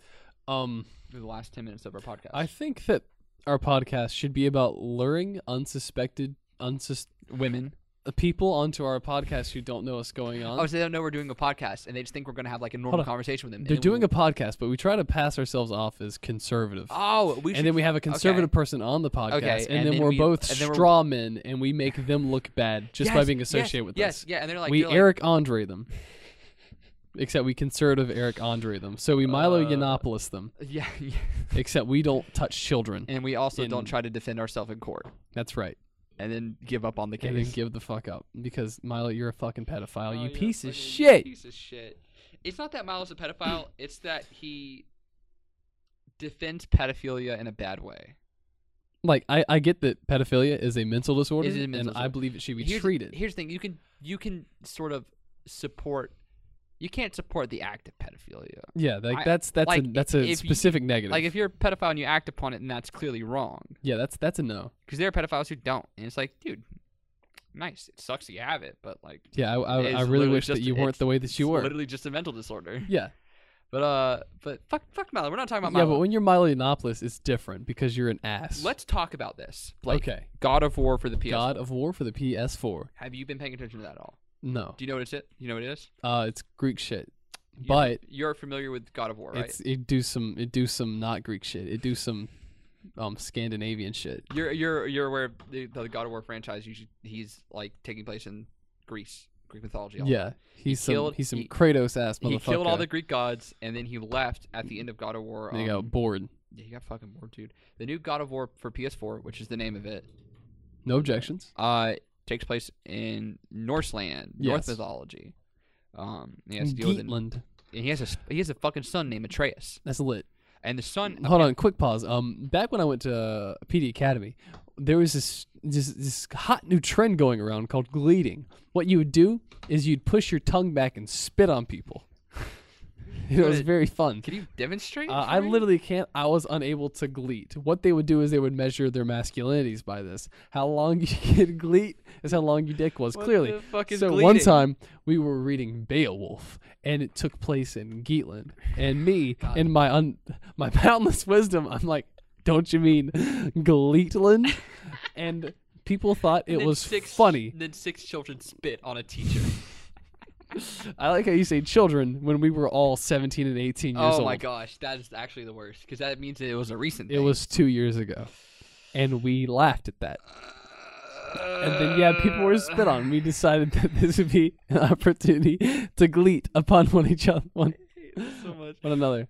B: Um,
A: for the last ten minutes of our podcast?
B: I think that our podcast should be about luring unsuspected, unsus uh,
A: Women.
B: people onto our podcast who don't know what's going on.
A: Oh, so they don't know we're doing a podcast, and they just think we're gonna have like a normal
B: on.
A: conversation with them.
B: They're doing a podcast, but we try to pass ourselves off as conservative.
A: Oh, we should
B: and then we have a conservative
A: okay.
B: person on the podcast,
A: Okay,
B: and,
A: and
B: then,
A: then
B: we're
A: we-
B: both
A: and then we're-
B: straw men, and we make them look bad just by
A: Yes,
B: being
A: yes,
B: associated with
A: yes,
B: us.
A: yeah, and they're like,
B: we
A: they're like-
B: Eric Andre them, except we conservative Eric Andre them. So we Milo
A: Uh,
B: Yiannopoulos them,
A: Yeah, yeah.
B: except we don't touch children.
A: And we also don't
B: In-
A: try to defend ourselves in court
B: That's right.
A: and then give up on the case.
B: And then give the fuck up because Milo, you're a fucking pedophile.
A: Oh,
B: you
A: you're a
B: piece of
A: fucking
B: shit.
A: Piece of shit. It's not that Miles is a pedophile, it's that he defends pedophilia in a bad way.
B: Like I, I get that pedophilia is a mental disorder,
A: Is a mental
B: and I
A: disorder.
B: believe it should be
A: here's,
B: treated.
A: Here's the thing, you can you can sort of support you can't support the act of pedophilia.
B: yeah, like
A: I-
B: that's that's a
A: like,
B: that's
A: if
B: a
A: you-
B: specific negative.
A: Like if you're a pedophile and you act upon it, then that's clearly wrong.
B: yeah, that's that's a no.
A: Because there are pedophiles who don't, and it's like, dude, nice. It sucks that you have it, but like,
B: Yeah, I, I,
A: It's
B: I really
A: literally
B: wish
A: just-
B: that you weren't
A: it's-
B: the way that you
A: it's
B: were.
A: Literally just a mental disorder.
B: Yeah,
A: But uh, but fuck, fuck Milo. We're not talking about
B: yeah,
A: Milo.
B: but when you're Milo Yiannopoulos, it's different because you're an ass.
A: Let's talk about this. Blake,
B: Okay.
A: God of War for the PS.
B: God of War for the PS4.
A: Have you been paying attention to that at all?
B: No,
A: Do you know what it's it? You know what it is?
B: uh, it's Greek shit,
A: You're-
B: but
A: you're familiar with God of War, right?
B: it's it do some it do some not Greek shit. It do some um Scandinavian shit.
A: You're you're you're aware of the, the God of War franchise. Usually, he's like taking place in Greece, Greek mythology. all that.
B: Yeah, he's some
A: killed-
B: he's some
A: he-
B: Kratos ass motherfucker.
A: He killed all the Greek gods, and then he left at the end of God of War.
B: They
A: um,
B: got bored.
A: Yeah, you got fucking bored, dude. The new God of War for PS4, which is the name of it,
B: No objections.
A: uh, takes place in Norseland,
B: Yes.
A: North mythology. Um, and he has to deal with an-
B: Geatland.
A: and he has a s- he has a fucking son named Atreus,
B: That's lit.
A: and the son.
B: Hold on, quick pause. Um, back when I went to uh, PD Academy, there was this, this this hot new trend going around called gleating. What you would do is you'd push your tongue back and spit on people. it was
A: Good.
B: very fun.
A: Can you demonstrate?
B: Uh,
A: for
B: I
A: me?
B: literally can't. I was unable to gleat. What they would do is they would measure their masculinities by this. How long you could gleat is how long your dick was.
A: What
B: clearly,
A: the fuck is
B: so one
A: gleating?
B: time we were reading Beowulf, and it took place in Geatland. And me,
A: God.
B: in my un, my boundless wisdom, I'm like, don't you mean Gleatland? and people thought it
A: Then
B: was
A: six,
B: funny.
A: Then six children spit on a teacher.
B: I like how you say children when we were all 17 and 18 years
A: oh
B: old.
A: my gosh, that is actually the worst because that means it was a recent.
B: It
A: thing.
B: was two years ago, and we laughed at that. And then yeah, people were spit on. We decided that this would be an opportunity to gleat upon one each other, one,
A: so much.
B: one another.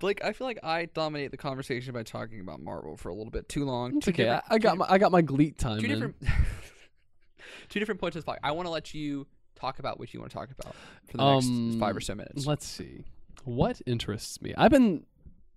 A: Blake, I feel like I dominate the conversation by talking about Marvel for a little bit too long.
B: It's
A: Two
B: okay. I,
A: different-
B: I got my I got my gleat time.
A: two
B: in.
A: different two different points of this podcast. I want to let you talk about what you want to talk about for the next
B: Um,
A: five or so minutes.
B: Let's see. What interests me? I've been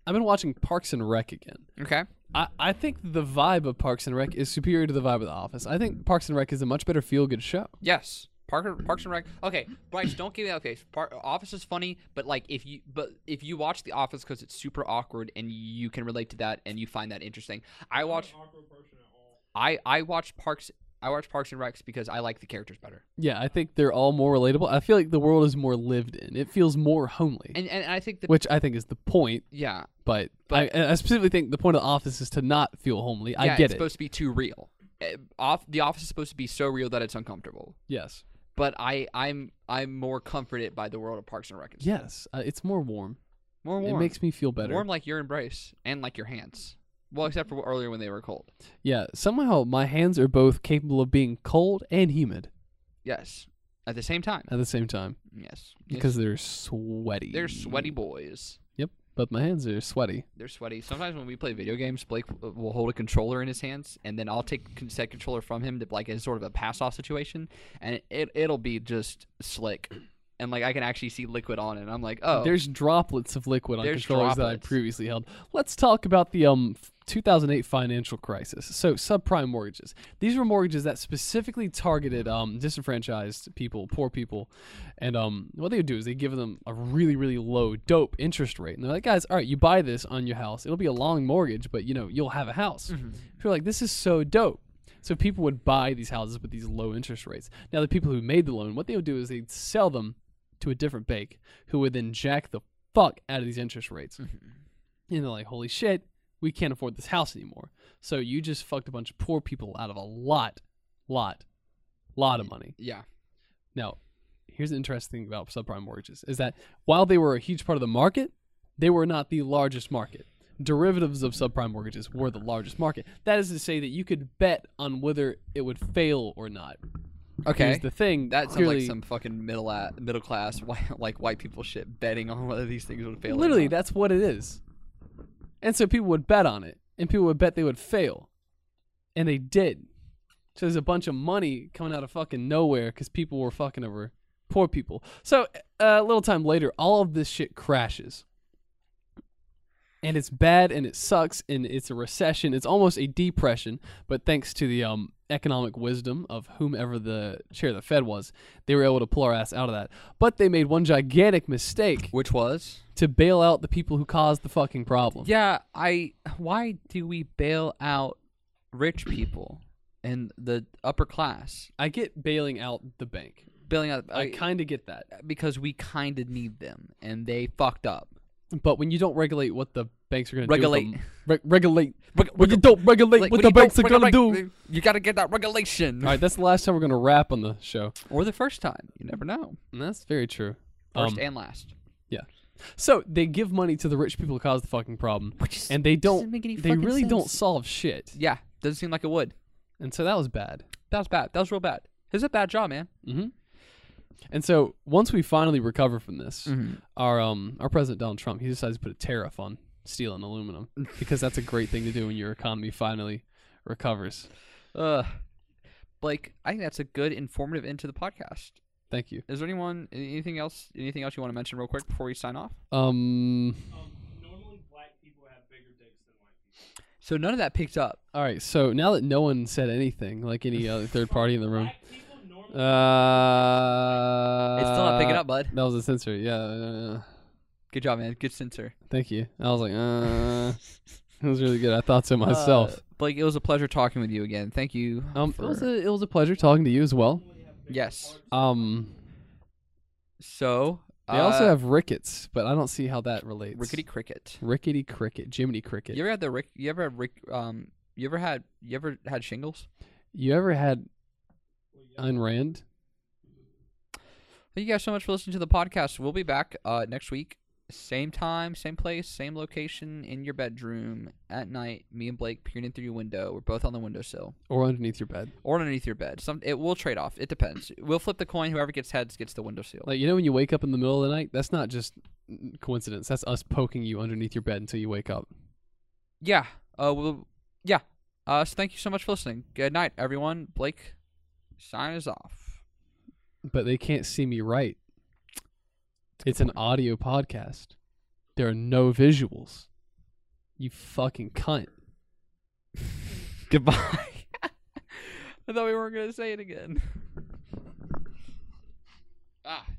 B: I've been watching Parks and Rec again.
A: Okay.
B: I, I think the vibe of Parks and Rec is superior to the vibe of The Office. I think Parks and Rec is a much better feel good show.
A: Yes. Parker, Parks and Rec. Okay, Bryce, don't give me that face. Par- Office is funny, but like if you, but if you watch The Office because it's super awkward and you can relate to that and you find that interesting. I watch,
C: awkward person at all.
A: I I watch Parks, I watch Parks and Recs because I like the characters better.
B: Yeah, I think they're all more relatable. I feel like the world is more lived in. It feels more homely,
A: And and I think the
B: which I think is the point.
A: yeah,
B: But, I, I specifically think the point of The Office is to not feel homely. I
A: yeah,
B: get
A: it's
B: it.
A: supposed to be too real. eh, off the office is supposed to be so real that it's uncomfortable.
B: Yes.
A: But I I'm I'm more comforted by the world of Parks and Rec. and stuff.
B: Yes. Uh, it's more warm.
A: more warm.
B: It makes me feel better.
A: warm like your embrace and like your hands. Well, except for earlier when they were cold.
B: Yeah. Somehow my hands are both capable of being cold and humid
A: Yes, at the same time.
B: at the same time
A: Yes,
B: because they're sweaty.
A: Yes. they're sweaty boys.
B: Yep. But my hands are sweaty.
A: They're sweaty. Sometimes when we play video games, Blake w- will hold a controller in his hands, and then I'll take con- said controller from him to like as sort of a pass off situation, and it it'll be just slick, and like I can actually see liquid on it. And I'm like, oh,
B: There's droplets of liquid on
A: There's
B: controllers that I
A: droplets.
B: previously held. Let's talk about the um 2008 financial crisis. So subprime mortgages. These were mortgages that specifically targeted um disenfranchised people, poor people, and um what they would do is they give them a really really low dope interest rate, and they're like, guys, all right, you buy this on your house. It'll be a long mortgage, but you know you'll have a house.
A: Mm-hmm.
B: People are like, this is so dope. So people would buy these houses with these low interest rates. Now the people who made the loan, what they would do is they'd sell them to a different bank who would then jack the fuck out of these interest rates.
A: Mm-hmm.
B: And they're like, holy shit, we can't afford this house anymore. So you just fucked a bunch of poor people out of a lot, lot, lot of money.
A: yeah,
B: Now, here's the interesting thing about subprime mortgages is that while they were a huge part of the market, they were not the largest market. Derivatives of subprime mortgages were the largest market. That is to say that you could bet on whether it would fail or not.
A: okay.
B: Here's the thing
A: that sounds
B: clearly,
A: like some fucking middle at, middle class white, like white people shit betting on whether these things would fail. or
B: Literally,
A: not.
B: that's what it is. And so people would bet on it, and people would bet they would fail, and they did. So there's a bunch of money coming out of fucking nowhere because people were fucking over poor people. So uh, a little time later, all of this shit crashes, and it's bad and it sucks and it's a recession. It's almost a depression, but thanks to the um, economic wisdom of whomever the chair of the Fed was, they were able to pull our ass out of that. But they made one gigantic mistake
A: which was
B: to bail out the people who caused the fucking problem.
A: yeah. I why do we bail out rich people and the upper class?
B: I get bailing out the bank.
A: Bailing out
B: I, kind of get that.
A: because we kind of need them and they fucked up.
B: But when you don't regulate what the banks are going to
A: Regulate.
B: do, regulate, re- regulate, when you don't regulate
A: Like, when
B: what the
A: you don't
B: banks are going to
A: regulate-
B: do.
A: You got to get that regulation.
B: All right, that's the last time we're going to wrap on the show.
A: Or the first time. You never know.
B: And that's very true.
A: First
B: Um,
A: and last.
B: yeah. So they give money to the rich people who caused the fucking problem,
A: Which is-
B: and they
A: doesn't
B: don't.
A: make any
B: They
A: fucking
B: really don't
A: sense.
B: solve shit,
A: Yeah. Doesn't seem like it would.
B: and so that was bad.
A: That was bad. That was real bad. It was a bad job, man.
B: And so once we finally recover from this,
A: Mm-hmm.
B: our um our president Donald Trump he decides to put a tariff on steel and aluminum because that's a great thing to do when your economy finally recovers.
A: Ugh. Blake, I think that's a good informative end to the podcast.
B: Thank you.
A: Is there anyone anything else anything else you want to mention real quick before we sign off?
B: Um.
C: Um, normally black people have bigger dicks than white people.
A: So none of that picked up.
B: All right. So now that no one said anything, like any other third party in the room,
C: Black people normally.
B: uh,
A: It's still not picking up, bud.
B: That was a censor. Yeah. uh,
A: Good job, man. Good censor.
B: thank you. I was like, uh, it was really good. I thought so myself.
A: Uh, Blake, it was a pleasure talking with you again. Thank you.
B: um,
A: for-
B: it was a it was a pleasure talking to you as well.
A: yes.
B: Um,
A: So uh,
B: they also have rickets, but I don't see how that relates.
A: rickety cricket.
B: Rickety cricket, Jiminy cricket.
A: You ever had the rick? You ever had rick? Um, you ever had you ever had shingles?
B: You ever had Ayn Rand?
A: Thank you guys so much for listening to the podcast. We'll be back uh, next week, same time, same place, same location, in your bedroom at night. Me and Blake peering in through your window. We're both on the windowsill
B: Or underneath your bed?
A: or underneath your bed. Some it will trade off. It depends. We'll flip the coin. Whoever gets heads gets the windowsill.
B: Like, you know, when you wake up in the middle of the night, that's not just mm, coincidence. That's us poking you underneath your bed until you wake up.
A: yeah. Uh. We'll, yeah. Uh. So thank you so much for listening. Good night, everyone. Blake, sign is off.
B: But they can't see me right. It's an audio podcast. There are no visuals. You fucking cunt.
A: Goodbye. I thought we weren't gonna say it again. ah.